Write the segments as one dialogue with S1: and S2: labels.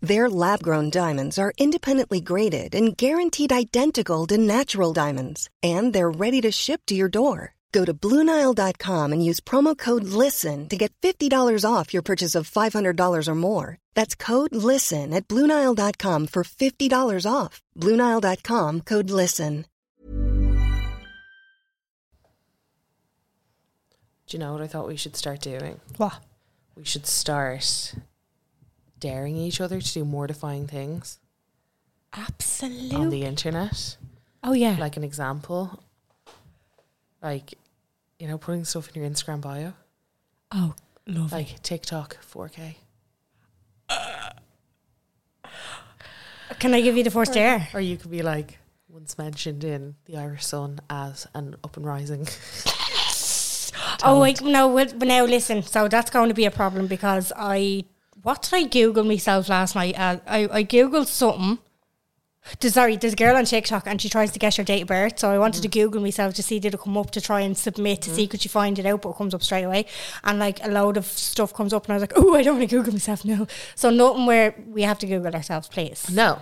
S1: Their lab grown diamonds are independently graded and guaranteed identical to natural diamonds, and they're ready to ship to your door. Go to BlueNile.com and use promo code LISTEN to get $50 off your purchase of $500 or more. That's code LISTEN at BlueNile.com for $50 off. BlueNile.com code LISTEN.
S2: Do you know what I thought we should start doing?
S3: What?
S2: We should start daring each other to do mortifying things on
S3: Absolutely.
S2: the internet.
S3: Oh yeah.
S2: Like an example, like, you know, putting stuff in your Instagram bio,
S3: oh, lovely.
S2: like TikTok 4K.
S3: Can I give you the first air?
S2: Or you could be like, once mentioned in The Irish Sun as an up and rising.
S3: Oh wait, no. Well, but now listen. So that's going to be a problem because I what did I Google myself last night? Uh, I I googled something. There's- Sorry, there's a girl on TikTok and she tries to guess your date of birth. So I wanted
S2: Mm.
S3: to Google myself to see did it come up to try and submit to see could you find it out, but it comes up straight away. And like a load of stuff comes up, and I was like, oh, I don't want to Google myself now. So nothing where we have to Google ourselves, please.
S2: no,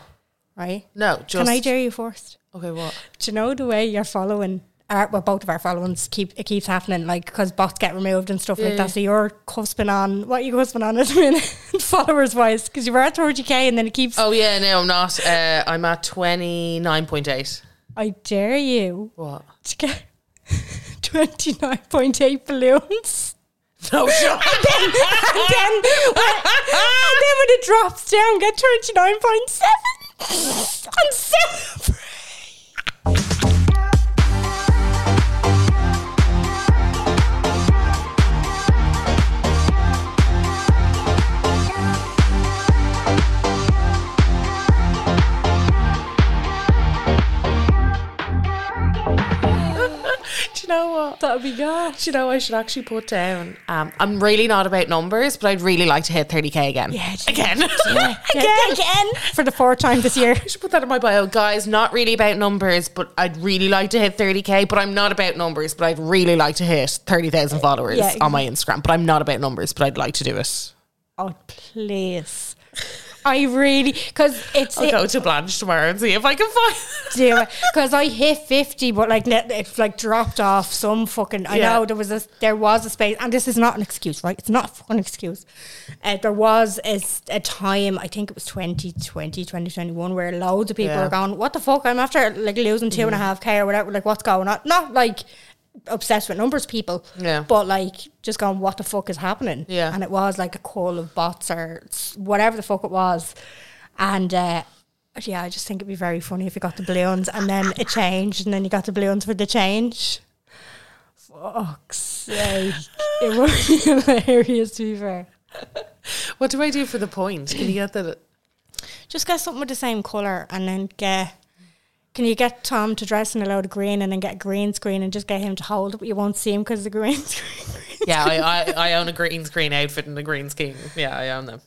S3: Right?
S2: no, just.
S3: Can I dare you first?
S2: Okay, what?
S3: Do you know the way you're following? Our, well, both of our followings keep it keeps happening, like because bots get removed and stuff like that. So you're cusping on what are you cusping on at the minute, followers wise, because you were at 30k and then it keeps.
S2: Oh, yeah, no, I'm not. Uh, I'm at 29.8.
S3: I dare you
S2: What?
S3: to get 29.8 balloons.
S2: No, shut
S3: And then, and, then when, and then when it drops down, get 29.7 and celebrate.
S2: Do you know what? That would be good. Do you know I should actually put down? Um, I'm really not about numbers, but I'd really like to hit 30k again.
S3: Yeah, just-
S2: again.
S3: Again, again, for the fourth time this year.
S2: I should put that in my bio, guys. Not really about numbers, but I'd really like to hit 30k. But I'm not about numbers, but I'd really like to hit 30,000 followers
S3: Yeah.
S2: on my Instagram. But I'm not about numbers, but I'd like to do it.
S3: Oh, please. I really, because it's
S2: I'll
S3: it,
S2: go to Blanche tomorrow and see if I can find.
S3: because I hit fifty, but like net, it's like dropped off some fucking. I
S2: Yeah.
S3: know there was a there was a space, and this is not an excuse, right? It's not a fucking excuse. Uh, there was a, s- a time, I think it was 2020, 2021, where loads of people
S2: Yeah. Mm.
S3: are going, "What the fuck? I'm after like losing two and a half k or whatever. Like, what's going on?" Not like obsessed with numbers, people.
S2: Yeah.
S3: But like, just going, "What the fuck is happening?"
S2: Yeah.
S3: And it was like a call of bots or s- whatever the fuck it was. And uh, yeah, I just think it'd be very funny if you got the balloons and then it changed and then you got the balloons for the change. Fuck's sake. it would be hilarious to be fair.
S2: What do I do for the point? Can you get that?
S3: Just get something with the same colour and then get. Can you get Tom to dress in a load of green and then get a green screen and just get him to hold it, but you won't see him because the green screen.
S2: Yeah, I, I, I own a green screen outfit and a green screen. Yeah, I own them.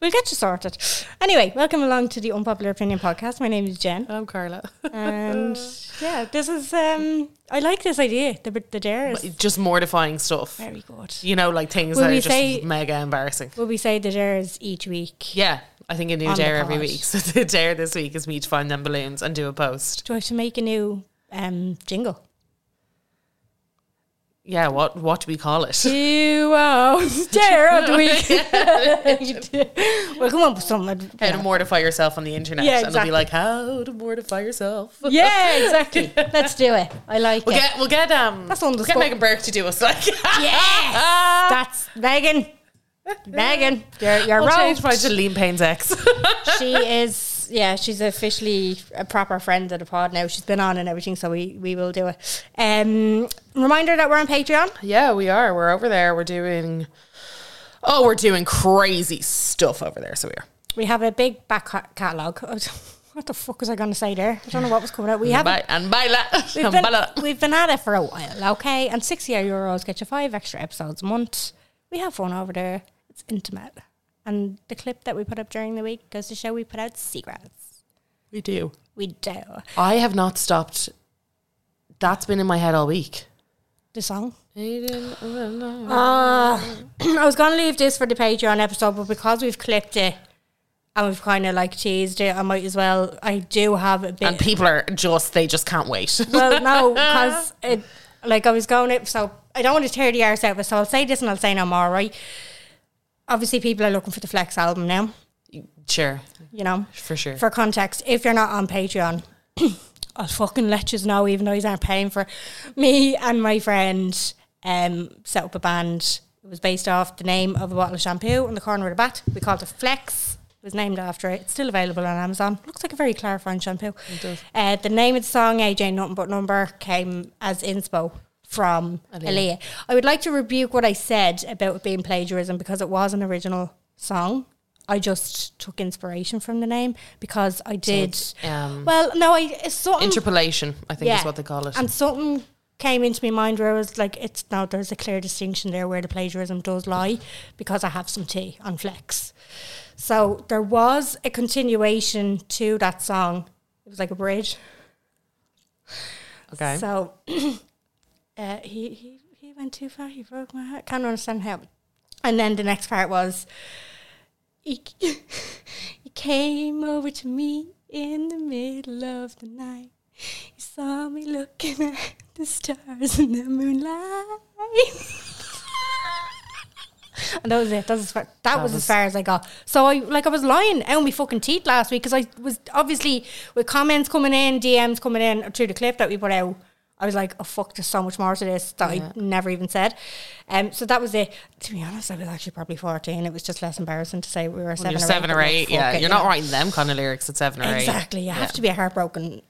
S3: We'll get you sorted. Anyway, welcome along to the Unpopular Opinion Podcast. My name is Jen.
S2: I'm Carla.
S3: And yeah, this is, um I like this idea. The, the dare is
S2: Just mortifying stuff.
S3: very good.
S2: you know, like things
S3: Will
S2: that are
S3: we
S2: just
S3: say-
S2: mega embarrassing.
S3: Will we say the dares each week?
S2: Yeah, I think a new
S3: On the
S2: dare every
S3: pod.
S2: week. So the dare this week is me to find them balloons and do a post.
S3: Do I have to make a new um, jingle?
S2: Yeah, what what do we call it?
S3: Two hours dare of the week. well, come on uh, with something.
S2: How to mortify yourself on the internet,
S3: Yeah,
S2: and it'll
S3: exactly.
S2: be like how to mortify yourself.
S3: Yeah, exactly. Let's do it. I like
S2: We'll
S3: it.
S2: get we'll get um
S3: That's on the
S2: we'll get
S3: spot.
S2: Megan Burke to do us like
S3: Yes, that's Megan. Megan, you're you're
S2: Ah! I'll
S3: right.
S2: change mine to Liam Payne's ex.
S3: she is yeah she's officially a proper friend of the pod now she's been on and everything so we we will do it um reminder that we're on patreon
S2: yeah, we are. We're over there. We're doing oh, we're doing crazy stuff over there. So we are.
S3: we have a big back ca- catalogue what the fuck was I going to say there? I don't know what was coming out. We haven't.
S2: Ba- and baila.
S3: We've
S2: and
S3: been,
S2: baila.
S3: we've been at it for a while, okay? And 60 euros get you five extra episodes a month. We have one over there. It's intimate. And the clip that we put up during the week goes to show we put out secrets.
S2: We do.
S3: We do.
S2: I have not stopped. That's been in my head all week.
S3: The song. Ah, I was going to leave this for the Patreon episode, but because we've clipped it and we've kind of like teased it, I might as well. I do have a bit.
S2: and people are just, they just can't wait.
S3: well, no, because it, like I was going it, so I don't want to tear the arse out of it. So I'll say this and I'll say no more, right? Obviously, people are looking for the Flex album now,
S2: sure.
S3: you know.
S2: For sure.
S3: For context, if you're not on Patreon, I'll fucking let you know, even though you aren't paying for it. Me and my friend um, set up a band. It was based off the name of a bottle of shampoo in the corner of the bat. We called it Flex. It was named after it. It's still available on Amazon. Looks like a very clarifying shampoo. It does. Uh, the name of the song, AJ Nothing But Number, came as inspo from Aaliyah. I would like to rebuke what I said about it being plagiarism because it was an original song. I just took inspiration from the name because I did.
S2: it's, um,
S3: well, no, I it's something
S2: Oh. Interpolation, I think is what they call it.
S3: and something came into my mind where I was like, it's no, there's a clear distinction there where the plagiarism does lie because I have some tea on Flex. So there was a continuation to that song. It was like a bridge.
S2: okay.
S3: So uh, he, he, he went too far. He broke my heart. Can't understand how. And then the next part was he, he came over to me in the middle of the night. He saw me looking at the stars in the moonlight. And that was it. That was, as far, that was, as far as I got. So I like I was lying out my fucking teeth last week because I was obviously with comments coming in, DMs coming in through the clip that we put out. I was like, oh fuck, there's so much more to this that I never even said. Um, so that was it. To be honest, I was actually probably 14. It was just less embarrassing to say we were seven,
S2: You're
S3: or
S2: seven
S3: eight,
S2: or
S3: but
S2: eight.
S3: fuck
S2: Yeah.
S3: it,
S2: You're
S3: you
S2: not
S3: know.
S2: writing them kind of lyrics at seven or eight.
S3: Exactly. You have to be a heartbroken.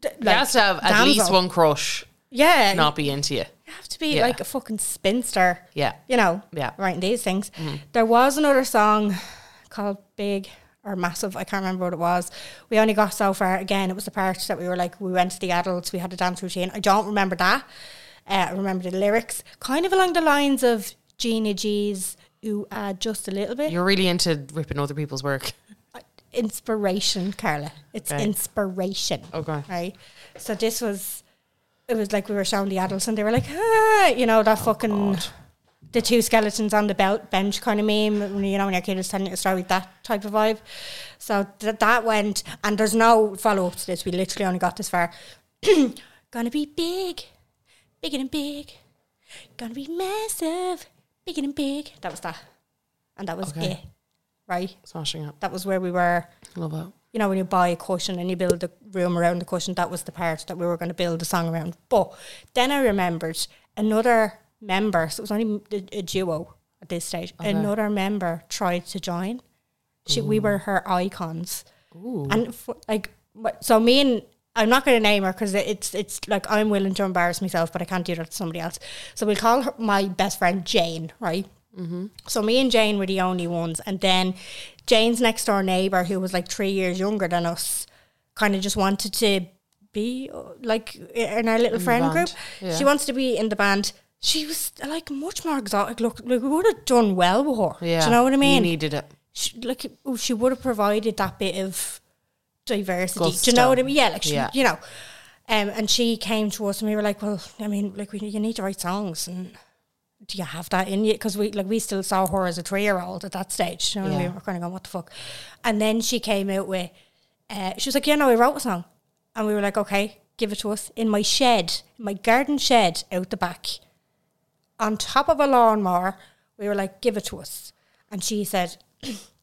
S3: d-
S2: You
S3: like,
S2: have to have at least
S3: damsel.
S2: one crush
S3: Yeah,
S2: not be into you.
S3: you have to be
S2: Yeah.
S3: like a fucking spinster.
S2: Yeah.
S3: you know,
S2: Yeah. Mm.
S3: writing these things. There was another song called Big or Massive, I can't remember what it was. We only got so far. Again, it was the part that we were like, we went to the adults, we had a dance routine. I don't remember that. Uh, I remember the lyrics, kind of along the lines of Gina G's, ooh, ah, just a little bit.
S2: You're really into ripping other people's work.
S3: inspiration, Carla. It's
S2: Okay.
S3: inspiration.
S2: Okay.
S3: Right. So this was, it was like we were showing the adults and they were like, ah, you know, that fucking, the two skeletons on the belt bench kind of meme, when, you know, when your kid is telling you a story, that type of vibe. So th- that went, and there's no follow up to this. We literally only got this far. Gonna be big, bigger than big. Gonna be massive, bigger than big. That was that. And that was
S2: Okay.
S3: it. Right?
S2: Smashing up.
S3: That was where we were
S2: Love it.
S3: you know, when you buy a cushion and you build a room around the cushion, that was the part that we were going to build the song around. But then I remembered another member, so it was only a, a duo at this stage, another member tried to join. She, we were her icons. And f- like, but- so me and, I'm not going to name her because it's it's like I'm willing to embarrass myself, but I can't do that to somebody else. So we'll call her my best friend Jane, right?
S2: Mm-hmm.
S3: So me and Jane were the only ones, and then Jane's next door neighbor, who was like three years younger than us, kind of just wanted to be uh, like in our little
S2: band,
S3: friend group.
S2: yeah.
S3: She wants to be in the band. She was like much more exotic. Look, like we would have done well with her.
S2: Yeah.
S3: Do you know what I mean?
S2: You needed it.
S3: she, like oh, she would have provided that bit of diversity. Do
S2: Gusto.
S3: you know what I mean? Yeah, like she,
S2: Yeah.
S3: you know. Um, and she came to us and we were like, well, I mean, like we, you need to write songs and do you have that in you? Because we like we still saw her as a three year old at that stage. You know, and
S2: Yeah.
S3: we were kind of going, what the fuck? And then she came out with, uh, she was like, yeah, no, I wrote a song, and we were like, okay, give it to us in my shed, my garden shed out the back on top of a lawnmower. We were like, give it to us. And she said,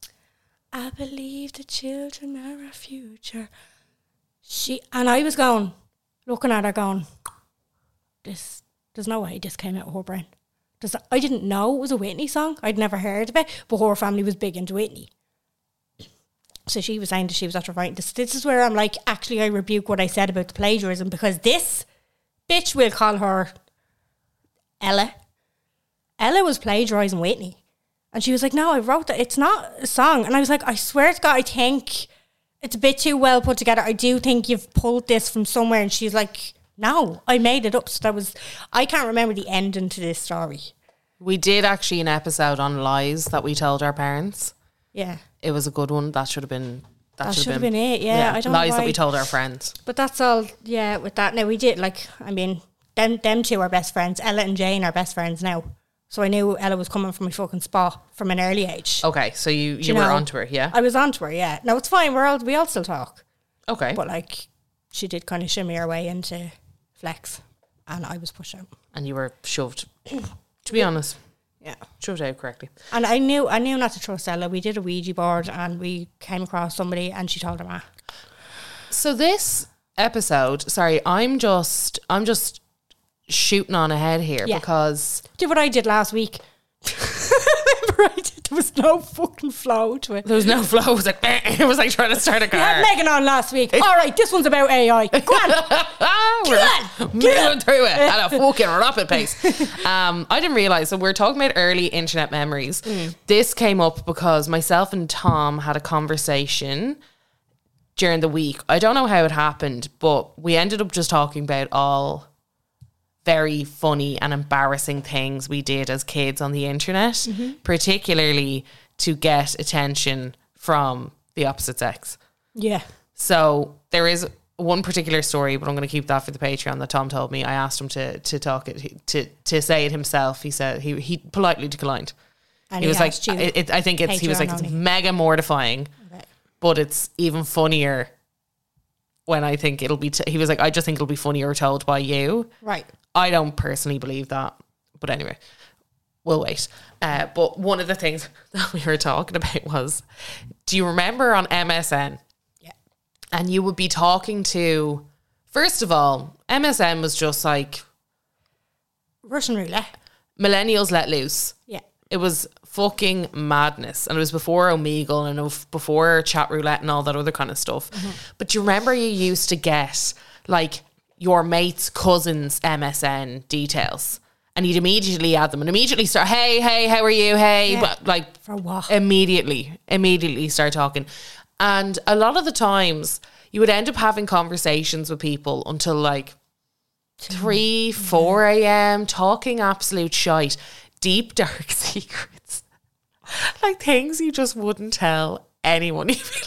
S3: I believe the children are our future. She and I was going, looking at her, going, this, there's no way this came out of her brain. There's, I didn't know it was a Whitney song. I'd never heard of it, but her family was big into Whitney. So she was saying that she was after writing this. This is where I'm like, actually, I rebuke what I said about the plagiarism because this bitch will call her Ella. Ella was plagiarizing Whitney. And she was like, No, I wrote that. It's not a song. And I was like, I swear to God, I think it's a bit too well put together. I do think you've pulled this from somewhere. And she's like, no, I made it up. So that was, I can't remember the ending to this story.
S2: We did actually an episode on lies that we told our parents.
S3: Yeah.
S2: It was a good one. That should have been. That,
S3: That
S2: should
S3: should
S2: have
S3: have been it, yeah. I don't know
S2: lies that
S3: why-
S2: we told our friends.
S3: But that's all, yeah, with that. Now, we did, like, I mean, them, them two are best friends. Ella and Jane are best friends now. So I knew Ella was coming from a fucking spa from an early age.
S2: Okay, so Oh, you you,
S3: Do
S2: were
S3: know?
S2: onto her, yeah.
S3: I was onto her, yeah. No, it's fine. We're all, we all still talk.
S2: okay,
S3: But, like, she did kind of shimmy her way into flex. And I was pushed out.
S2: and you were shoved. to be honest,
S3: Yeah.
S2: shoved out correctly.
S3: And I knew I knew not to trust Ella. We did a Ouija board and we came across somebody and she told her ma.
S2: So this episode, sorry, I'm just I'm just shooting on ahead here
S3: Yeah.
S2: because
S3: Did what I did last week. Remember I did, there was no fucking flow to it.
S2: there was no flow. It was like it was like trying to start a car.
S3: You had Megan on last week. All right, this one's about AI. Go on.
S2: ah, we're
S3: Good.
S2: moving through it at a fucking rapid pace. Um, I didn't realize. So we're talking about early internet memories.
S3: Mm.
S2: This came up because myself and Tom had a conversation during the week. I don't know how it happened, but we ended up just talking about all very funny and embarrassing things we did as kids on the internet,
S3: Mm-hmm.
S2: particularly to get attention from the opposite sex.
S3: yeah.
S2: So there is one particular story, but I'm going to keep that for the Patreon that Tom told me. I asked him to to talk it to to say it himself. He said he he politely declined.
S3: And
S2: he was like,
S3: asked you-
S2: it, it- I think it's he was
S3: Patreon
S2: like it's
S3: only.
S2: mega mortifying,
S3: Right.
S2: but it's even funnier when I think it'll be. T- he was like, I just think it'll be funnier told by you.
S3: Right.
S2: I don't personally believe that, but anyway, we'll wait. Uh, but one of the things that we were talking about was, do you remember on MSN?
S3: Yeah.
S2: and you would be talking to first of all msn was just like
S3: Russian roulette.
S2: millennials let loose
S3: Yeah.
S2: it was fucking madness and it was before omegle and it was before chat roulette and all that other kind of stuff
S3: Mm-hmm.
S2: but you remember you used to get like your mate's cousin's msn details and you'd immediately add them and immediately start hey hey how are you hey
S3: Yeah.
S2: but like
S3: For what?
S2: immediately immediately start talking and a lot of the times you would end up having conversations with people until like 3 4 a.m talking absolute shite deep dark secrets like things you just wouldn't tell anyone You'd be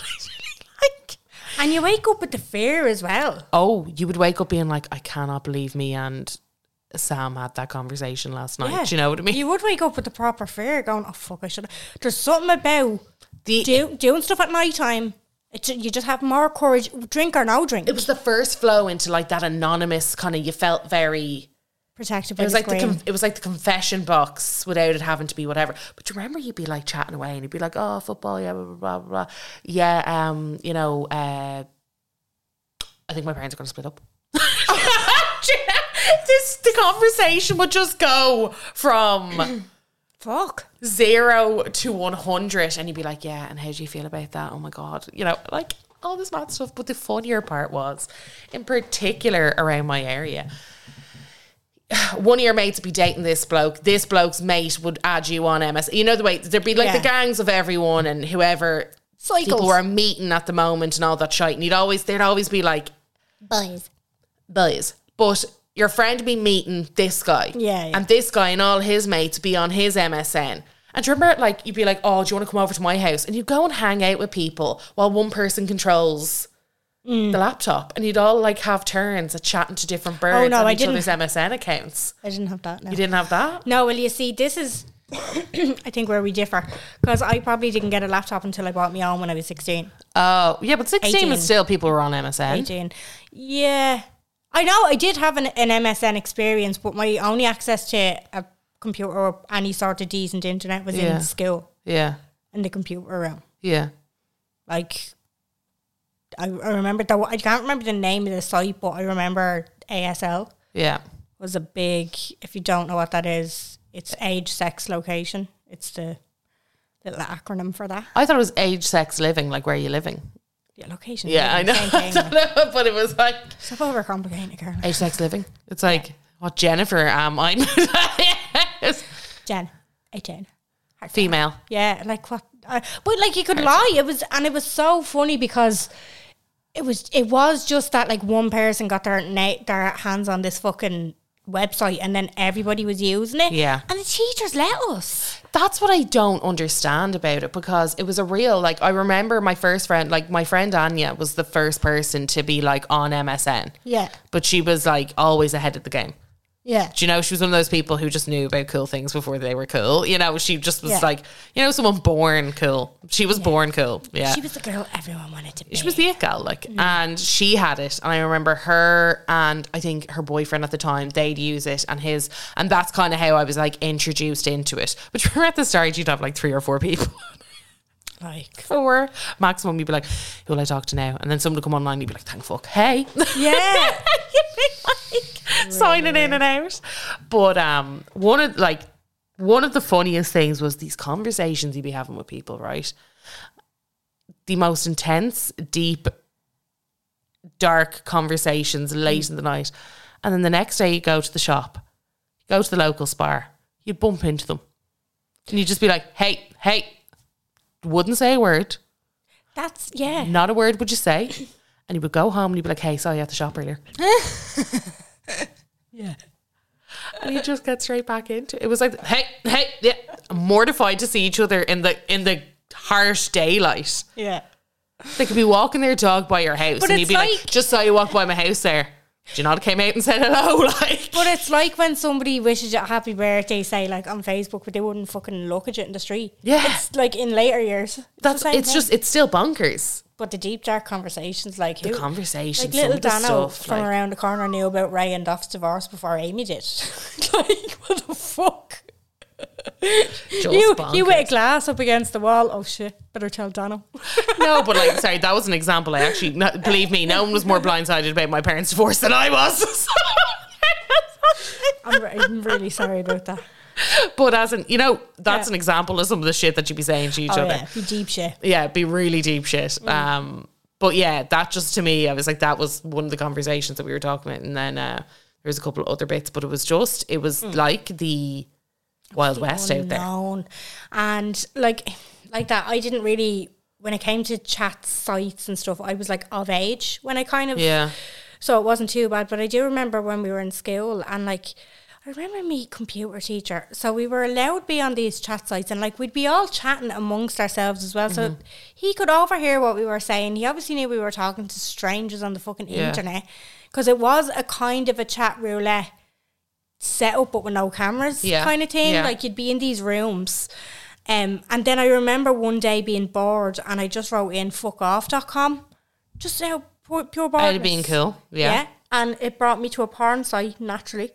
S2: like
S3: and you wake up with the fear as well.
S2: oh you would wake up being like i cannot believe me and sam had that conversation last night do you know what i mean
S3: You would wake up with the proper fear going, oh, fuck, I should There's something about
S2: The-
S3: do, doing stuff at night time. It's, you just have more courage, drink or no drink.
S2: it was the first flow into like that anonymous kind of you felt very
S3: protected by
S2: It was
S3: the
S2: like the
S3: screen.
S2: con it was like the confession box without it having to be whatever. But you remember you'd be like chatting away and you'd be like, "Oh, football, yeah, blah blah blah blah, blah. yeah, um, you know, uh, I think my parents are going to split up." this the conversation would just go from
S3: Fuck.
S2: zero to one hundred, and you'd be like, "Yeah, and how do you feel about that? Oh my god, you know, like." All this mad stuff, but the funnier part was, in particular around my area, one of your mates would be dating this bloke. This bloke's mate would add you on MS. You know the way there'd be like the
S3: Yeah.
S2: gangs of everyone and whoever people
S3: Cycles.
S2: were meeting at the moment and all that shit. And you'd always there'd always be like
S3: Boys.
S2: boys, but your friend be meeting this guy,
S3: Yeah, yeah.
S2: and this guy and all his mates be on his MSN. And do you remember, like you'd be like, "Oh, do you want to come over to my house?" And you'd go and hang out with people while one person controls.
S3: Mm.
S2: The laptop, and you'd all like have turns at chatting to different birds
S3: Oh, no,
S2: on
S3: I
S2: each
S3: didn't.
S2: other's MSN accounts.
S3: I didn't have that. No.
S2: You didn't have that?
S3: No, well, you see, this is, I think, where we differ because I probably didn't get a laptop until I bought my own when I was 16.
S2: Oh, yeah, but 16
S3: 18.
S2: was still people were on MSN.
S3: 18. Yeah. I know I did have an, an MSN experience, but my only access to a computer or any sort of decent internet was
S2: Yeah.
S3: in school,
S2: Yeah,
S3: in the computer room.
S2: yeah.
S3: Like, I, I remember, the, I can't remember the name of the site, but I remember ASL
S2: Yeah.
S3: was a big, if you don't know what that is, it's age, sex, location. It's the little acronym for that.
S2: I thought it was age, sex, living, like where are you living?
S3: Yeah, location.
S2: Yeah, I know.
S3: Same
S2: I
S3: thing.
S2: don't know, but it was like
S3: Stop overcomplicating it, Caroline.
S2: age, sex, living. It's like, what Jennifer am I? Yes.
S3: Jen, 18.
S2: Female.
S3: Yeah, like what? Uh, but like you could lie. It was and it was so funny because it was it was just that like one person got their na- their hands on this fucking website and then everybody was using it.
S2: Yeah.
S3: and the teachers let us.
S2: That's what I don't understand about it because it was a real like I remember my first friend like my friend Anya was the first person to be like on MSN.
S3: Yeah,
S2: But she was like always ahead of the game.
S3: yeah,
S2: Do you know she was one of those people who just knew about cool things before they were cool. You know, she just was
S3: Yeah.
S2: like, you know, someone born cool. She was born cool. Yeah.
S3: She was the girl everyone wanted to be.
S2: She was the it gal, like, and she had it. And I remember her and I think her boyfriend at the time, they'd use it and his, and that's kind of how I was like introduced into it. But remember at the start, you'd have like three or four people,
S3: like
S2: four maximum. You'd be like, who will I talk to now? And then someone would come online, you'd be like, thank fuck, hey.
S3: yeah.
S2: signing in and out. But um, one of like one of the funniest things was these conversations you'd be having with people, right? The most intense, deep, dark conversations late in the night, and then the next day you go to the shop, go to the local spar, you bump into them, and you just be like, "Hey, hey," wouldn't say a word,
S3: That's yeah.
S2: not a word would you say, and you would go home and you'd be like, "Hey, saw you at the shop earlier."
S3: Yeah.
S2: and you just get straight back into it. It was like, hey, hey, yeah, mortified to see each other in the in the harsh daylight.
S3: Yeah.
S2: They could be walking their dog by your house,
S3: But
S2: and you'd
S3: it's
S2: be like,
S3: like-
S2: just saw you walk by my house there. Do you not came out and said hello? Like,
S3: But it's like when somebody wishes you a happy birthday, say like on Facebook, but they wouldn't fucking look at you in the street.
S2: Yeah.
S3: It's like in later years. It's
S2: that's
S3: the same
S2: it's
S3: thing.
S2: just it's still bonkers.
S3: But the deep dark conversations, like
S2: The
S3: who,
S2: conversations,
S3: like
S2: some
S3: little
S2: of the
S3: Dano
S2: stuff,
S3: from
S2: like-
S3: around the corner knew about Ray and Duff's divorce before Amy did. like what the fuck?
S2: Just
S3: you you
S2: bonkers.
S3: with a glass up against the wall. Oh shit! Better tell Dano.
S2: no, but like, sorry, that was an example. I actually, no, believe me, no one was more blindsided about my parents' divorce than I was.
S3: I'm, re- I'm really sorry about that.
S2: but as an, you know, that's
S3: Yeah.
S2: an example of some of the shit that you'd be saying to each
S3: Oh
S2: other.
S3: yeah, Mm. you deep shit.
S2: yeah, it'd be really deep shit. Um, but yeah, that just to me, I was like, that was one of the conversations that we were talking about, and then uh, there was a couple of other bits, but it was just, it was
S3: Mm.
S2: like the
S3: Oh,
S2: Wild West out there.
S3: unknown. And like like that, I didn't really when it came to chat sites and stuff, I was like of age when I kind of
S2: Yeah,
S3: so it wasn't too bad. But I do remember when we were in school and like I remember me computer teacher. So we were allowed to be on these chat sites and like we'd be all chatting amongst ourselves as well.
S2: Mm-hmm.
S3: So he could overhear what we were saying. He obviously knew we were talking to strangers on the fucking
S2: Yeah.
S3: internet. Because it was a kind of a chat roulette set up but with no cameras
S2: Yeah.
S3: kind of thing.
S2: Yeah.
S3: Like you'd be in these rooms. Um, and then I remember one day being bored and I just wrote in fuckoff.com. Just out pure, pure boredness.
S2: out of being cool. Yeah.
S3: And it brought me to a porn site naturally.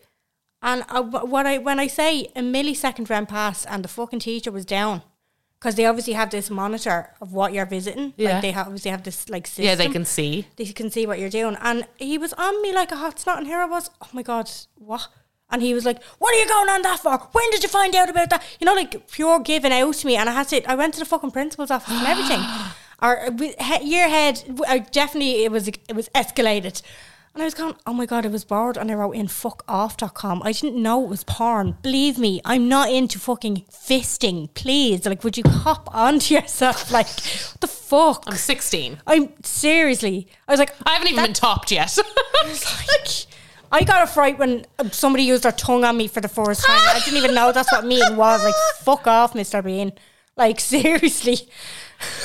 S3: And I, what I when I say a millisecond ran past and the fucking teacher was down because they obviously have this monitor of what you're visiting.
S2: Yeah.
S3: Like they ha- obviously have this like system.
S2: yeah, they can see.
S3: They can see what you're doing. And he was on me like a hot snot, and here I was. Oh my god, what? And he was like, "What are you going on that for? When did you find out about that?" You know, like pure giving out to me. And I had to. I went to the fucking principal's office and everything. Our uh, we- he- year head, w- I definitely it was it was escalated. And I was going, oh my God, I was bored. And I wrote in fuckoff.com. I didn't know it was porn. Believe me, I'm not into fucking fisting. Please. Like, would you cop onto yourself? Like, what the fuck?
S2: I'm 16.
S3: I'm seriously. I was like,
S2: I haven't even been topped yet.
S3: like, I got a fright when um, somebody used their tongue on me for the first time. I didn't even know that's what meeting was. Like, fuck off, Mr. Bean. Like, seriously.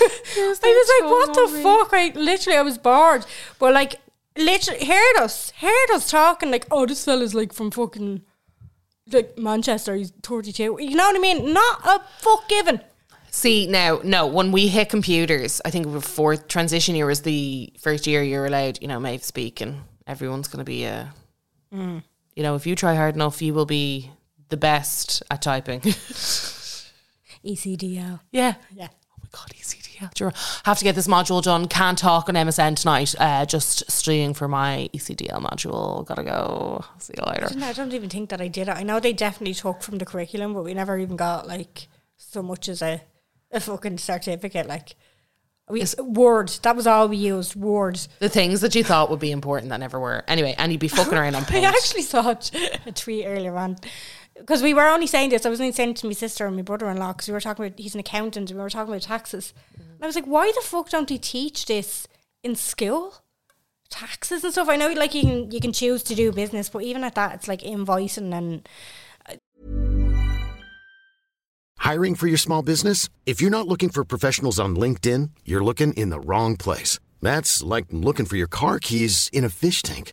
S2: their
S3: I was like, what
S2: tongue
S3: the
S2: on me.
S3: fuck? I literally, I was bored. But, like, literally, heard us, heard us talking, like, oh, this fella's like from fucking, like, Manchester. He's 32. You know what I mean? Not a fuck given.
S2: See now, no. When we hit computers, I think we were fourth transition year was the first year you're allowed, you know, Maeve speak, and everyone's going to be a, you know, if you try hard enough, you will be the best at typing.
S3: E ECDL.
S2: yeah.
S3: Yeah.
S2: Oh my god, ECDL. Do you have to get this module done. Can't talk on MSN tonight. Uh, just studying for my E ECDL module. Gotta go. See you later.
S3: No, I don't even think that I did it. I know they definitely took from the curriculum, but we never even got like so much as a, a fucking certificate. Like We, Word. That was all we used. Word.
S2: The things that you thought would be important that never were. Anyway, and you'd be fucking around on
S3: I
S2: paint.
S3: actually saw a t- a tweet earlier on because we were only saying this. I was only saying it to my sister and my brother in law because we were talking about he's an accountant and we were talking about taxes. And I was like, why the fuck don't they teach this in school? Taxes and stuff. I know, like you can you can choose to do business, but even at that, it's like invoicing and
S4: Hiring for your small business? If you're not looking for professionals on LinkedIn, you're looking in the wrong place. That's like looking for your car keys in a fish tank.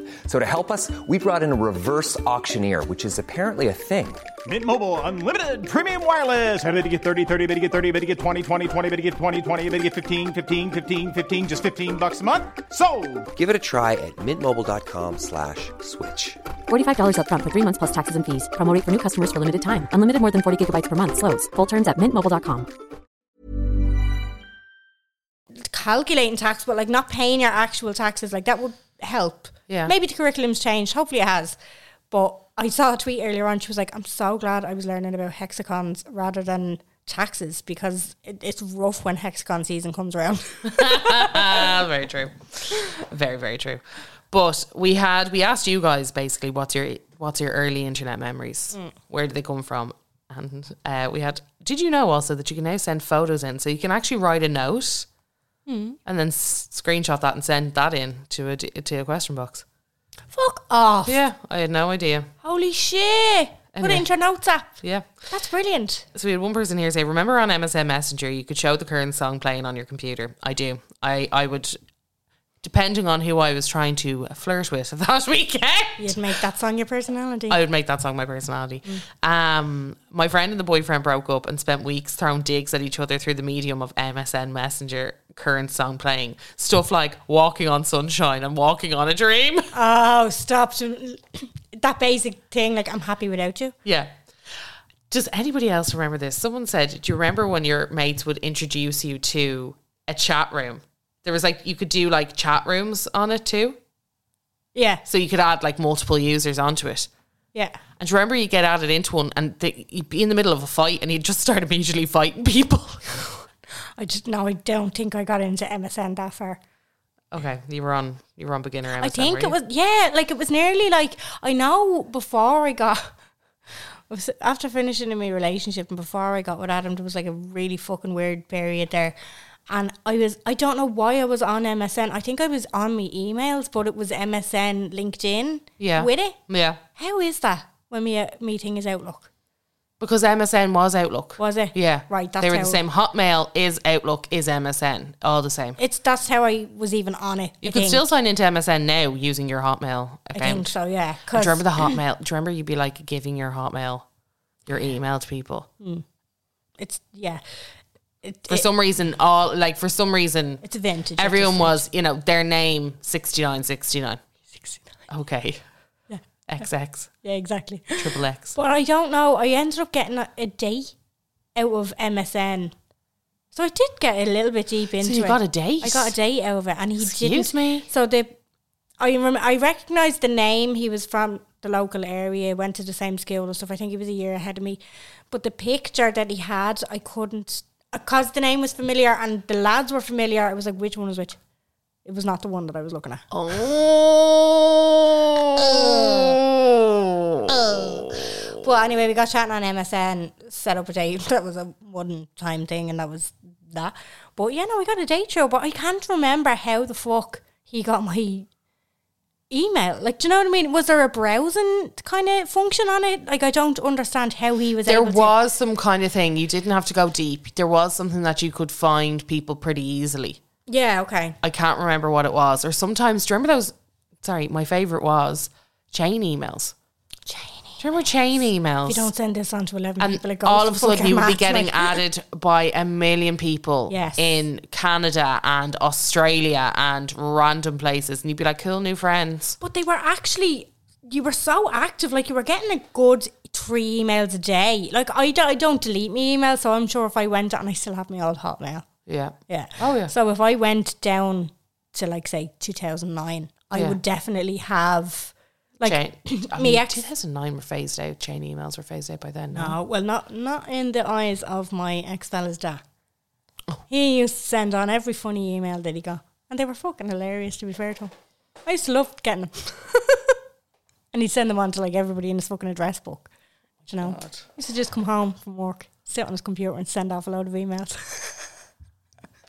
S5: So to help us, we brought in a reverse auctioneer, which is apparently a thing.
S6: Mint Mobile unlimited premium wireless. Ready to get 30, 30, bit to get 30, bit to get 20, 20, 20, bit to get 20, 20, bit to get 15, 15, 15, 15 just 15 bucks a month. So,
S5: Give it a try at mintmobile.com slash switch.
S7: $45 upfront for three months plus taxes and fees. Promo rate for new customers for limited time. Unlimited more than 40 gigabytes per month. Slows. Full terms at mintmobile.com.
S3: calculating tax, but like not paying your actual taxes. Like that would help.
S2: Yeah.
S3: Maybe the curriculum's changed. Hopefully it has. But I saw a tweet earlier on. She was like, "I'm so glad I was learning about hexagons rather than." Taxes because it, it's rough when hexagon season comes around.
S2: Ah, very true. Very, very true. But we had we asked you guys basically what's your what's your early internet memories? Where do they come from? And uh, we had did you know also that you can now send photos in? So you can actually write a note and then s- screenshot that and send that in to a to a question box.
S3: Fuck off!
S2: Yeah, I had no idea.
S3: Holy shit! Put it
S2: Anyway.
S3: into your notes app.
S2: Yeah.
S3: That's brilliant.
S2: So we had one person here say, "Remember on MSN Messenger, you could show the current song playing on your computer." I do. I I would, depending on who I was trying to flirt with that weekend,
S3: You'd make that song your personality.
S2: I would make that song my personality. Um, my friend and the boyfriend broke up and spent weeks throwing digs at each other through the medium of MSN Messenger current song playing stuff like "Walking on Sunshine" and "Walking on a Dream."
S3: oh, stop! That basic thing, like I'm happy without you.
S2: Yeah. Does anybody else remember this? Someone said, Do you remember when your mates would introduce you to a chat room? There was like, you could do like chat rooms on it too.
S3: Yeah,
S2: So you could add like multiple users onto it.
S3: yeah.
S2: And do you remember you get added into one and the, you'd be in the middle of a fight and you'd just start immediately fighting people?
S3: I just no, I don't think I got into MSN that far.
S2: okay. You were on, you were on beginner MSN.
S3: I think
S2: were
S3: it
S2: you?
S3: was yeah, like it was nearly like I know before I got I was- after finishing in my relationship and before I got with Adam, there was like a really fucking weird period there. And I was I don't know why I was on MSN. I think I was on my emails, but it was MSN linked in
S2: Yeah.
S3: with it.
S2: Yeah.
S3: How is that when me uh, meeting is Outlook?
S2: Because MSN was Outlook.
S3: Was it?
S2: Yeah.
S3: Right, that's
S2: They were
S3: how-
S2: the same. Hotmail is Outlook, is MSN. All the same.
S3: It's that's how I was even on it.
S2: You
S3: I
S2: can
S3: think.
S2: still sign into MSN now using your Hotmail
S3: I
S2: account.
S3: think so, yeah.
S2: Do you
S3: 'cause-
S2: remember the Hotmail? Do you remember you'd be like giving your Hotmail, your email to people?
S3: it's yeah. It,
S2: For
S3: Mm. it-
S2: some reason, all like for some reason,
S3: it's vintage. I have to
S2: everyone
S3: say.
S2: was you know their name sixty nine sixty nine. Okay. Yeah. XX
S3: Yeah, exactly.
S2: triple X.
S3: But I don't know. I ended up getting a, a day out of MSN. So I did get a little bit deep into
S2: you
S3: it.
S2: got a date?
S3: I got a date out of it, and he didn't.
S2: Excuse me?
S3: So the I rem- I recognised the name. He was from the local area. Went to the same school and stuff. I think he was a year ahead of me. But the picture that he had, I couldn't because the name was familiar and the lads were familiar. I was like, which one was which? It was not the one that I was looking at.
S2: Oh.
S3: But anyway, we got chatting on MSN, set up a date. That was a one time thing, and that was that. But yeah, no, we got a date show, but I can't remember how the fuck he got my email. Like, do you know what I mean? Was there a browsing kind of function on it? Like, I don't understand how he was
S2: There
S3: able to-
S2: was some kind of thing. You didn't have to go deep. There was something that you could find people pretty easily.
S3: Yeah, okay.
S2: I can't remember what it was. Or sometimes, do you remember those? Sorry, my favorite was chain emails. Chain Do you remember chain emails?
S3: If you don't send this on to 11
S2: and
S3: people, it goes
S2: all of a
S3: to
S2: sudden
S3: fucking
S2: you would be
S3: mad,
S2: getting
S3: like-
S2: added by a million people
S3: Yes.
S2: in Canada and Australia and random places, and you'd be like, "Cool, new friends."
S3: But they were actually, you were so active. Like you were getting a good three emails a day. Like I, do, I don't delete my email, so I'm sure if I went and I still have my old Hotmail.
S2: Yeah,
S3: Yeah.
S2: Oh, yeah.
S3: So if I went down to like say 2009, I
S2: Yeah.
S3: would definitely have like
S2: chain. I
S3: me
S2: mean,
S3: ex.
S2: 2009 were phased out. Chain emails were phased out by then. No,
S3: No, well, not not in the eyes of my ex fella's dad.
S2: Oh.
S3: He used to send on every funny email that he got, and they were fucking hilarious. To be fair to him, I just loved getting them, and he'd send them on to like everybody in his fucking address book. You know, he used to just come home from work, sit on his computer, and send off a load of emails.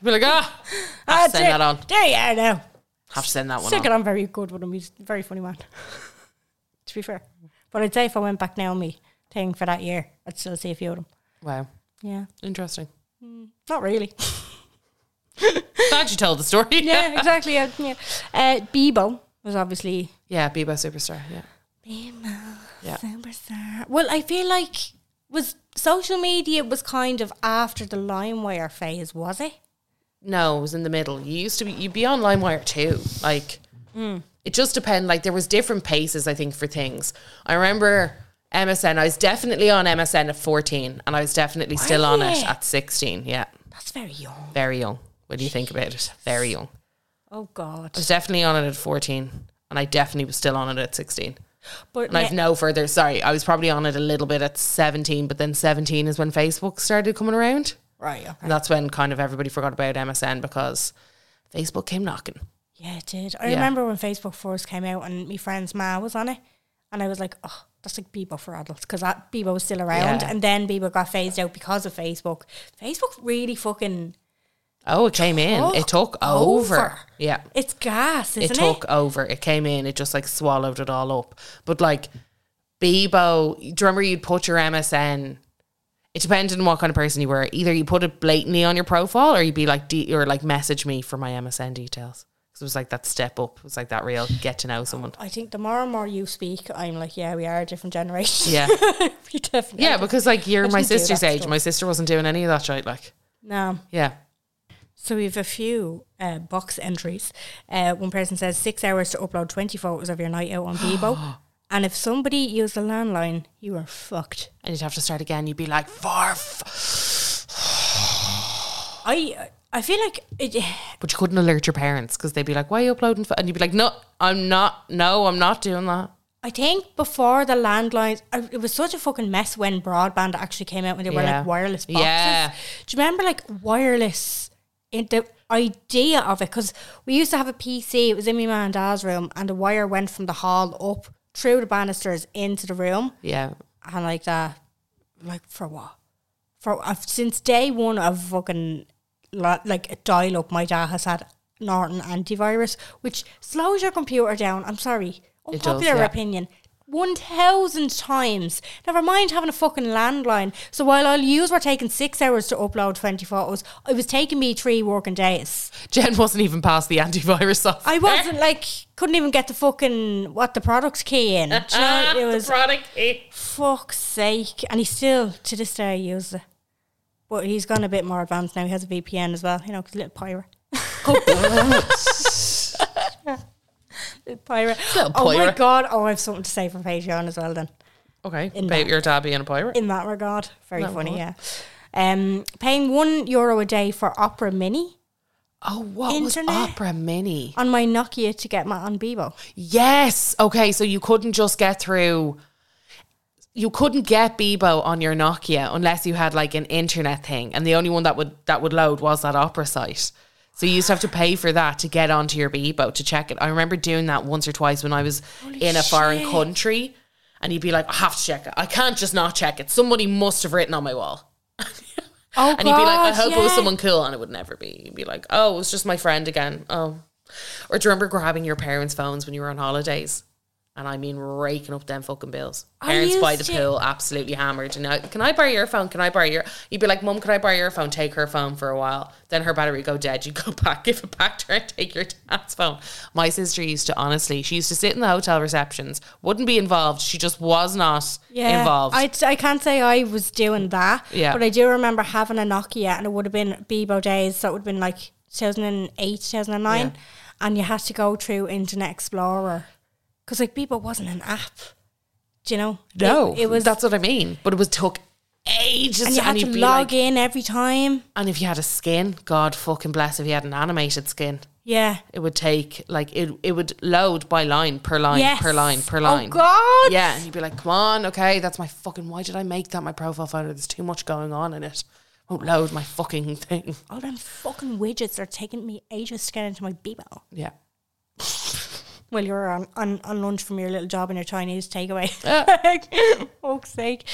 S2: be like, ah, have to send
S3: there-
S2: that on.
S3: There you are now.
S2: Have to send that one.
S3: Still
S2: on.
S3: get on very good with him. He's a very funny man. to be fair, but I'd say if I went back now, me thing for that year, I'd still see a few of them.
S2: Wow,
S3: Yeah,
S2: interesting.
S3: not really.
S2: Glad you told the story.
S3: yeah, exactly. Yeah, yeah. Uh, Bebo was obviously
S2: yeah, Bebo superstar. Yeah,
S3: Bebo
S2: Yeah.
S3: superstar. Well, I feel like was social media was kind of after the LimeWire phase, was it?
S2: no, it was in the middle. You used to be. You'd be on LimeWire too. Like,
S3: Hmm.
S2: it just depend. Like, there was different paces. I think for things. I remember MSN. I was definitely on MSN at fourteen, and I was definitely still on it
S3: you?
S2: at sixteen. Yeah,
S3: That's very young.
S2: very young. What do you think about it? Very young.
S3: Oh
S2: I
S3: God!
S2: was definitely on it at fourteen, and I definitely was still on it at sixteen.
S3: But
S2: And I've
S3: ne-
S2: no further. Sorry, I was probably on it a little bit at seventeen, but then seventeen is when Facebook started coming around.
S3: right. Okay.
S2: And that's when kind of everybody forgot about MSN because Facebook came knocking.
S3: Yeah, it did. I
S2: Yeah.
S3: remember when Facebook first came out and my friend's ma was on it, and I was like, oh, that's like Bebo for adults because that Bebo was still around,
S2: Yeah.
S3: and then Bebo got phased out because of Facebook. Facebook really fucking
S2: Oh, it came in.
S3: Took
S2: it took over.
S3: over.
S2: Yeah.
S3: it's gas,
S2: It
S3: isn't it?
S2: took over. It came in. It just like swallowed it all up. But like Bebo, do you remember you'd put your MSN? It depended on what kind of person you were. Either you put it blatantly on your profile or you'd be like, D- or like message me for my MSN details. 'Cause it was like that step up. It was like that real get to know someone.
S3: I think the more and more you speak, I'm like, yeah, we are a different generation.
S2: Yeah.
S3: we definitely.
S2: Yeah. Because like you're
S3: I
S2: my
S3: didn't do
S2: sister's
S3: that
S2: age.
S3: stuff.
S2: My sister wasn't doing any of that shit. Like,
S3: no.
S2: yeah.
S3: So we have a few uh, box entries. Uh, one person says six hours to upload twenty photos of your night out on Bebo, and if somebody used a landline, you are fucked.
S2: and you'd have to start again. You'd be like, "Farf,"
S3: I I feel like it,
S2: but you couldn't alert your parents because they'd be like, "Why are you uploading?" F-? And you'd be like, "No, I'm not. No, I'm not doing that."
S3: I think before the landlines, I- it was such a fucking mess when broadband actually came out and they were
S2: Yeah.
S3: like wireless boxes.
S2: Yeah.
S3: Do you remember like wireless? In the idea of it, because we used to have a PC. It was in my mum and dad's room, and the wire went from the hall up through the banisters into the room,
S2: Yeah,
S3: and like that, like for what? For I've, since day one of fucking lo- like a dial up, my dad has had Norton antivirus, which slows your computer down. I'm sorry,
S2: It does,
S3: unpopular
S2: yeah.
S3: opinion. One thousand times. Never mind having a fucking landline. So while all yous were taking six hours to upload twenty photos, it was taking me three working days.
S2: Jen wasn't even past the antivirus software.
S3: I wasn't like couldn't even get the fucking what the products key in. Do you know, it was
S2: the product. eh?
S3: fuck's sake. And he still, to this day, uses it. But he's gone a bit more advanced now. He has a VPN as well, you know, 'cause little pirate. little pirate.
S2: Little
S3: Oh my
S2: pirate.
S3: God. Oh, I have something to say for Patreon as well then.
S2: Okay,
S3: In
S2: about
S3: that.
S2: your dad being a pirate.
S3: In that regard. Very
S2: That
S3: funny,
S2: one.
S3: yeah. Um, paying one euro a day for Opera Mini
S2: oh, what
S3: Internet?
S2: was Opera Mini?
S3: on my Nokia to get my on Bebo.
S2: Yes. Okay, so you couldn't just get through. You couldn't get Bebo on your Nokia unless you had like an internet thing, and the only one that would that would load was that Opera site. So you used to have to pay for that to get onto your Bebo to check it. I remember doing that once or twice when I was in a foreign country, and you'd be like, "I have to check it. I can't just not check it. Somebody must have written on my wall."
S3: Oh,
S2: And you'd be like, I hope it was
S3: yeah.
S2: someone cool, and it would never be. You'd be like, oh, it was just my friend again. Oh. Or do you remember grabbing your parents' phones when you were on holidays And I mean, raking up them fucking bills.
S3: I
S2: Parents by the
S3: used to-
S2: pool, absolutely hammered. And I, can I borrow your phone? Can I borrow your? You'd be like, Mum, can I borrow your phone? Take her phone for a while. Then her battery would go dead. You go back, give it back to her, and take your dad's phone. My sister used to honestly, she used to sit in the hotel receptions, wouldn't be involved. She just was not
S3: Yeah,
S2: involved.
S3: I, I can't say I was doing that.
S2: Yeah.
S3: But I do remember having a Nokia and it would have been Bebo days. So it would have been like 2008, 2009. And you had to go through Internet Explorer. Because like Bebo wasn't an app. Do you know?
S2: no,
S3: It, it was.
S2: that's what I mean. But it was took ages.
S3: and you had
S2: you'd
S3: to
S2: be
S3: log
S2: like-
S3: in every time.
S2: And if you had a skin, God fucking bless if you had an animated skin.
S3: Yeah.
S2: It would take like it it would load by line per line
S3: Yes.
S2: per line per
S3: Oh,
S2: line.
S3: God.
S2: Yeah, and you'd be like, Come on, okay, that's my fucking why did I make that my profile photo? There's too much going on in it. Won't load my fucking thing.
S3: All them fucking widgets are taking me ages to get into my Bebo.
S2: Yeah.
S3: Well, you're on, on, on lunch from your little job and your Chinese takeaway. Fuck's sake.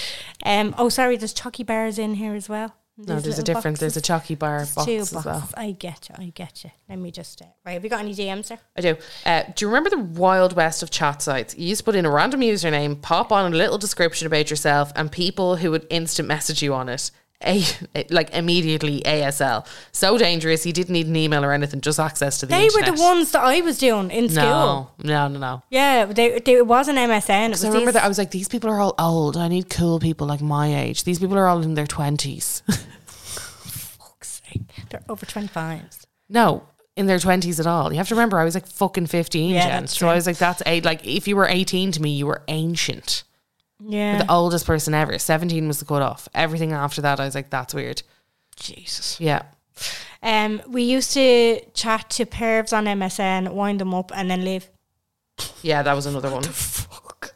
S3: Um, oh, sorry, there's Chucky bars in here as well.
S2: No,
S3: These
S2: there's a
S3: little
S2: difference. There's a
S3: boxes.
S2: chalky bar
S3: There's
S2: box
S3: two
S2: as well.
S3: boxes. I get you, I get you. Let me just, uh, right, have you got any DMs there?
S2: I do. Uh, do you remember the wild west of chat sites? You used to put in a random username, pop on a little description about yourself, and people who would instant message you on it. A, like immediately ASL. So dangerous. You didn't need an email or anything, just access to the
S3: They were
S2: internet.
S3: the ones that I was doing in school.
S2: No, no, no, no.
S3: Yeah, they, they, it was an MSN. It was
S2: Because I remember
S3: these-
S2: that I was like, these people are all old. I need cool people like my age. These people are all in their 20s.
S3: Fuck's sake, they're over 25s.
S2: no, in their 20s at all. You have to remember, I was like fucking 15,
S3: Yeah,
S2: Jen.
S3: that's
S2: So I was like, that's eight. Like, if you were 18 to me, you were ancient.
S3: Yeah.
S2: the oldest person ever. 17 was the cutoff. Everything after that, I was like, that's weird.
S3: Jesus.
S2: Yeah.
S3: Um, we used to chat to pervs on MSN, wind them up, and then leave.
S2: Yeah, that was another one. Do
S3: Fuck.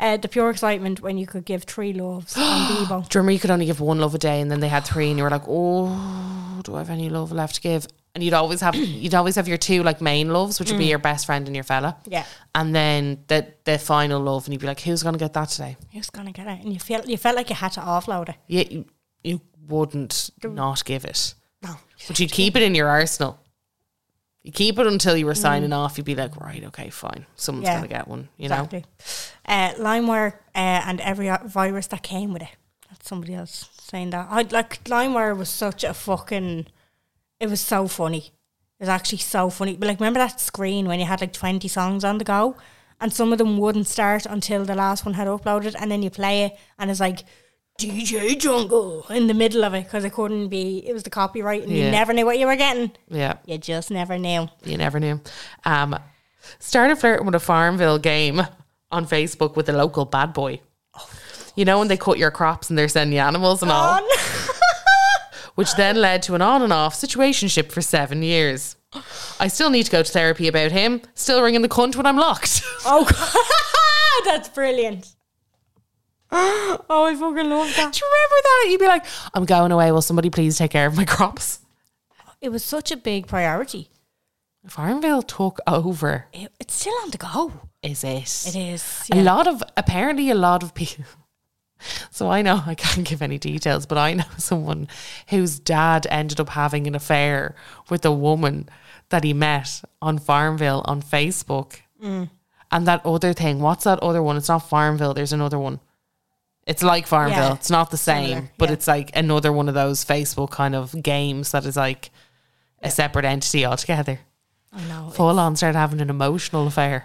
S3: Uh, the pure excitement when you could give three loves on Bebo.
S2: you remember you could only give one love a day and then they had three and you were like, oh, do I have any love left to give? And you'd always have you'd always have your two like main loves, which would be your best friend and your fella.
S3: Mm. Yeah.
S2: And then the the final love and you'd be like, Who's gonna get that today?
S3: Who's gonna get it? And you felt you felt like you had to offload it.
S2: Yeah, you, you wouldn't not give it. No. But you'd keep it in your arsenal. You keep it until you were signing off, you'd be like, Right, okay, fine. Someone's
S3: Mm. Yeah.
S2: gonna get one, you know?
S3: exactly. Uh, LimeWire uh, and every o- virus that came with it. That's somebody else saying that. I like LimeWire was such a fucking. It was so funny. It was actually so funny. But like, remember that screen when you had like twenty songs on the go, and some of them wouldn't start until the last one had uploaded, and then you play it, and it's like. DJ Jungle in the middle of it because it couldn't be. It was the copyright, and
S2: Yeah.
S3: you never knew what you were getting.
S2: Yeah.
S3: You just never knew.
S2: You never knew. Um, started flirting with a Farmville game on Facebook with a local bad boy. You know, when they cut your crops and they're sending you animals and all, which then led to an on and off situationship for seven years. I still need to go to therapy about him, still ringing the cunt when I'm locked.
S3: Oh, God. that's brilliant. Oh, I fucking love that.
S2: Do you remember that? You'd be like, I'm going away. Will somebody please take care of my crops?
S3: It was such a big priority.
S2: Farmville took over.
S3: It, it's still on the go.
S2: Is it?
S3: It is.
S2: A lot of apparently a lot of people. So I know I can't give any details, but I know someone whose dad ended up having an affair with a woman that he met on Farmville on Facebook.
S3: Mm.
S2: And that other thing, what's that other one? It's not Farmville. There's another one. It's like Farmville.
S3: Yeah.
S2: It's not the same,
S3: Similar,
S2: but
S3: yeah.
S2: it's like another one of those Facebook kind of games that is like a separate entity altogether.
S3: I know.
S2: Full on started having an emotional affair.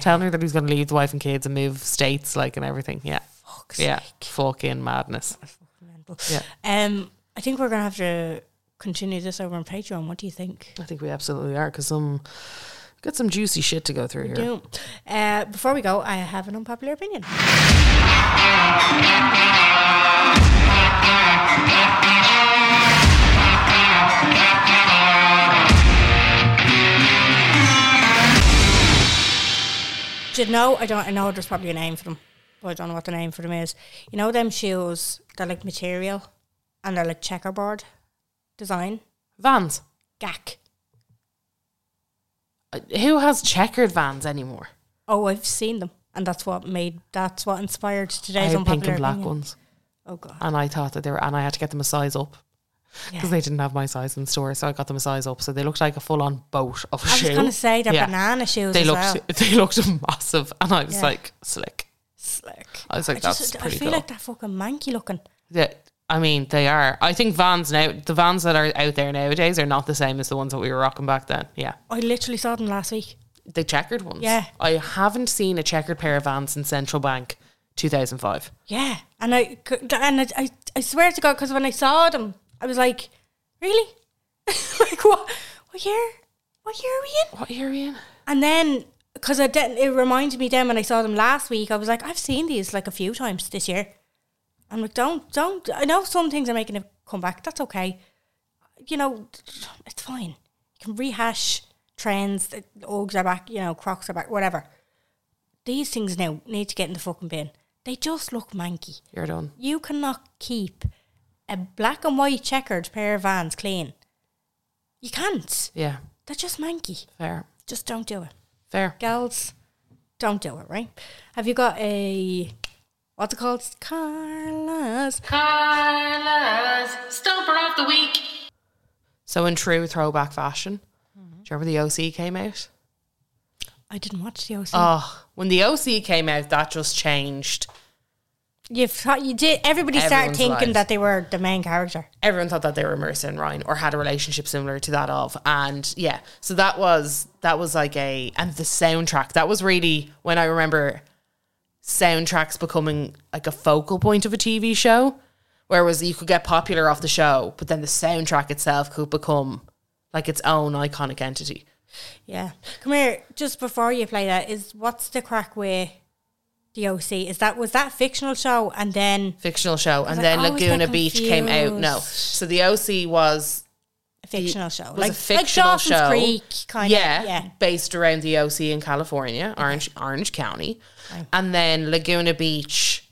S2: Telling her that he was going to leave the wife and kids and move states, like, and everything. Yeah.
S3: Fuck's
S2: yeah. Fucking madness.
S3: Mental.
S2: Yeah.
S3: Um, I think we're gonna have to continue this over on Patreon. What do you think?
S2: I think we absolutely are because some got some juicy shit to go through here.
S3: Do. Uh, before we go, I have an unpopular opinion. Do you know? I don't. I know there's probably a name for them, but I don't know what the name for them is. You know them shoes? They're like material, and they're like checkerboard design.
S2: Vans.
S3: Gack.
S2: Uh, Who has checkered vans anymore?
S3: Oh, I've seen them, and that's what made. That's what inspired
S2: I
S3: today's
S2: had
S3: unpopular
S2: pink and black
S3: opinion.
S2: ones.
S3: Oh god.
S2: And I thought that they were, and I had to get them a size up. because they didn't have my size in store, so I got them a size up. So they looked like a full on boat of a
S3: I was
S2: shoe.
S3: gonna say they're banana shoes
S2: They
S3: as
S2: looked
S3: well.
S2: they looked massive, and I was
S3: Yeah.
S2: like slick.
S3: Slick.
S2: I was like, that's pretty
S3: I feel
S2: cool.
S3: like they're fucking manky looking.
S2: Yeah, I mean they are. I think vans now the vans that are out there nowadays are not the same as the ones that we were rocking back then. Yeah,
S3: I literally saw them last week.
S2: the checkered ones.
S3: Yeah.
S2: I haven't seen a checkered pair of vans since Central Bank 2005.
S3: Yeah, and I c- and I, I, I swear to God, because when I saw them, I was like, really, like what? What year? What year are we in?
S2: What year are you in?
S3: And then because I didn't, it reminded me then when I saw them last week. I was like, I've seen these like a few times this year. I'm like, don't, don't. I know some things are making a comeback. That's okay. You know, it's fine. You can rehash trends. The Uggs are back. You know, Crocs are back. Whatever. These things now need to get in the fucking bin. They just look manky
S2: You're done.
S3: you cannot keep a black and white checkered pair of vans clean. You can't.
S2: Yeah,
S3: They're just manky.
S2: fair,
S3: Just don't do it.
S2: fair.
S3: Girls, don't do it, right? Have you got a what's it called? Carla's.
S2: Carla's Stomper of the Week. So, in true throwback fashion, do you remember the OC came out?
S3: I didn't watch the OC.
S2: Oh, when the OC came out, that just changed.
S3: You've thought you did everybody started
S2: Everyone's
S3: thinking
S2: lives.
S3: that they were the main character.
S2: Everyone thought that they were Marissa and Ryan or had a relationship similar to that of. And yeah, so that was, that was like a, and the soundtrack, that was really when I remember soundtracks becoming like a focal point of a TV show. Whereas you could get popular off the show, but then the soundtrack itself could become like its own iconic entity.
S3: Yeah. Come here, just before you play that, is what's the crack with the OC? Is that was that fictional show and then
S2: fictional show, and
S3: I
S2: then
S3: always get
S2: Laguna Beach came out. No,
S3: confused.
S2: so the OC was
S3: a fictional show?
S2: was a fictional
S3: like Dawson's
S2: show,
S3: Creek kind
S2: yeah,
S3: of yeah.
S2: based around the OC in California, Orange Orange County, and then Laguna Beach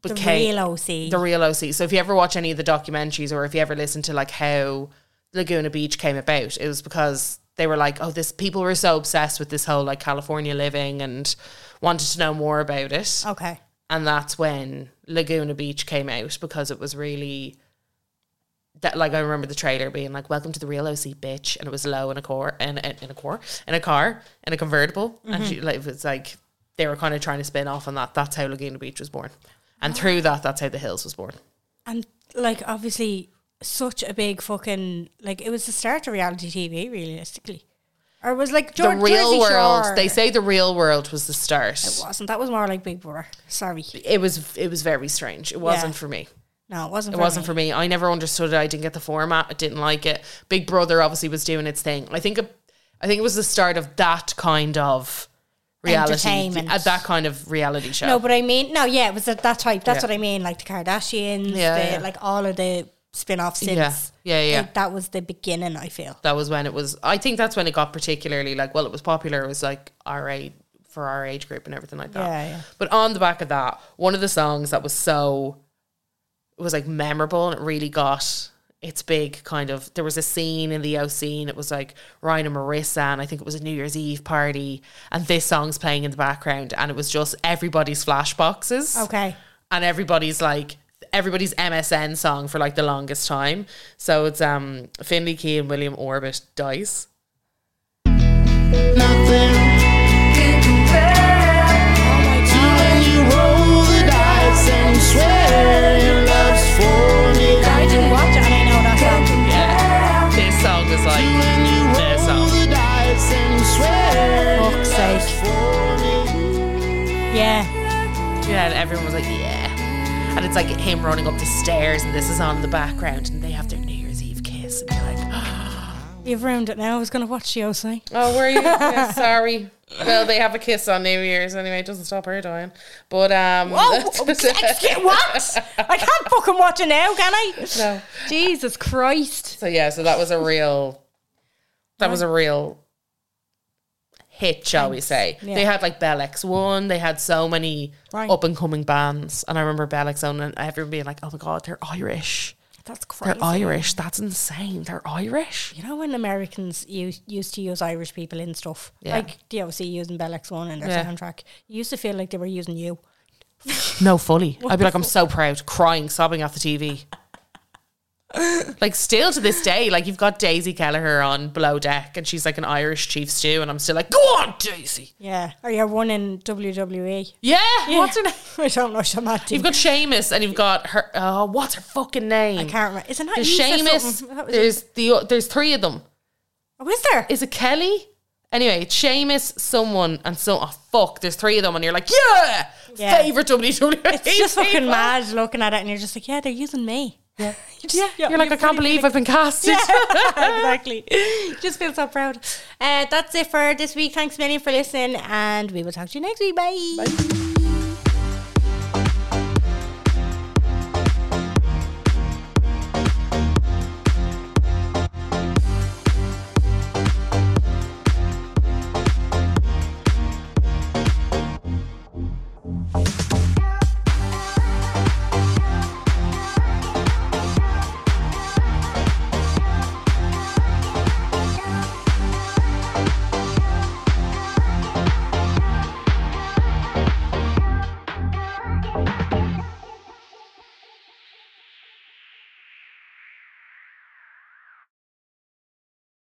S3: The
S2: became
S3: real OC.
S2: the real OC. So if you ever watch any of the documentaries, or if you ever listen to like how Laguna Beach came about, it was because they were like, oh, this people were so obsessed with this whole like California living and wanted to know more about it.
S3: okay.
S2: and that's when Laguna Beach came out because it was really that like I remember the trailer being like "Welcome to the real OC, bitch," and it was low in a car in, in, in a car in a car in a convertible, and
S3: Mm-hmm.
S2: she, like it was like they were kind of trying to spin off on that. That's how Laguna Beach was born, and through that, that's how The Hills was born.
S3: And like obviously such a big fucking like it was the start of reality TV realistically. Or it was like George,
S2: the real
S3: Jersey
S2: world,
S3: Shore.
S2: they say, the real world was the start.
S3: it wasn't. That was more like Big Brother. Sorry.
S2: It was it was very strange. It wasn't for me.
S3: No, it wasn't
S2: It
S3: for
S2: wasn't
S3: me.
S2: for me. I never understood it. I didn't get the format. I didn't like it. Big Brother obviously was doing its thing. I think it, I think it was the start of that kind of reality,
S3: Entertainment.
S2: uh, that kind of reality show.
S3: No, but I mean no, yeah, it was that, that type. That's
S2: Yeah.
S3: what I mean. Like the Kardashians,
S2: Yeah,
S3: the,
S2: yeah.
S3: like all of the spin off sins.
S2: Yeah. Yeah, yeah.
S3: Like, that was the beginning, I feel.
S2: that was when it was. I think that's when it got particularly like. Well, it was popular. It was like our age for our age group and everything like that.
S3: Yeah, yeah.
S2: But on the back of that, one of the songs that was so it was like memorable and it really got its big kind of there was a scene in the OC and it was like Ryan and Marissa and I think it was a New Year's Eve party and this song's playing in the background and it was just everybody's flashboxes.
S3: Okay.
S2: And everybody's like everybody's MSN song for like the longest time. So it's um Finley Key and William Orbit Dice.
S3: I didn't watch it and I know that song.
S2: Yeah. This song is like their song.
S3: Fuck's sake. Yeah.
S2: Yeah, and everyone was like, yeah. And it's like him running up the stairs, and this is on in the background, and they have their New Year's Eve kiss, and you're like,
S3: You've ruined it now. I was going to watch the OC.
S2: oh, were you? Yeah, sorry. Well, they have a kiss on New Year's anyway. It doesn't stop her dying. But um,
S3: Oh, excuse- what? I can't fucking watch it now, can I?
S2: No.
S3: Jesus Christ.
S2: so yeah, so that was a real, that was a real hit, shall we say?
S3: Yeah.
S2: They had like Bell X One. They had so many
S3: Right.
S2: up and coming bands, and I remember Bell X One and everyone being like, oh my god, they're Irish.
S3: That's
S2: They're
S3: crazy.
S2: Irish. That's insane. They're Irish.
S3: You know when Americans used, used to use Irish people in stuff?
S2: Yeah.
S3: Like the OC using Bell X1 in their
S2: Yeah.
S3: soundtrack. You used to feel like they were using you.
S2: No, fully. I'd be like, I'm so proud, crying, sobbing at the TV. Like still to this day, like you've got Daisy Kelleher on Below Deck, and she's like an Irish chief stew, and I'm still like, go on, Daisy.
S3: Yeah. Or you're one in WWE.
S2: Yeah, what's her name?
S3: I don't know Shamati.
S2: You've got Seamus, and you've got her. Oh, what's her fucking name?
S3: I can't remember. Isn't that
S2: There's
S3: Issa
S2: Seamus.
S3: something? That was-
S2: There's the there's three of them.
S3: Oh, is there?
S2: Is it Kelly? Anyway, it's Seamus, someone, and so oh fuck, there's three of them, and you're like, yeah,
S3: Yeah.
S2: favorite WWE.
S3: It's just fucking
S2: people.
S3: mad looking at it, and you're just like, yeah, they're using me. Yeah. yeah.
S2: You're like, I can't believe I've been casted.
S3: exactly. Just feel so proud. Uh, that's it for this week. Thanks a million for listening, and we will talk to you next week. Bye.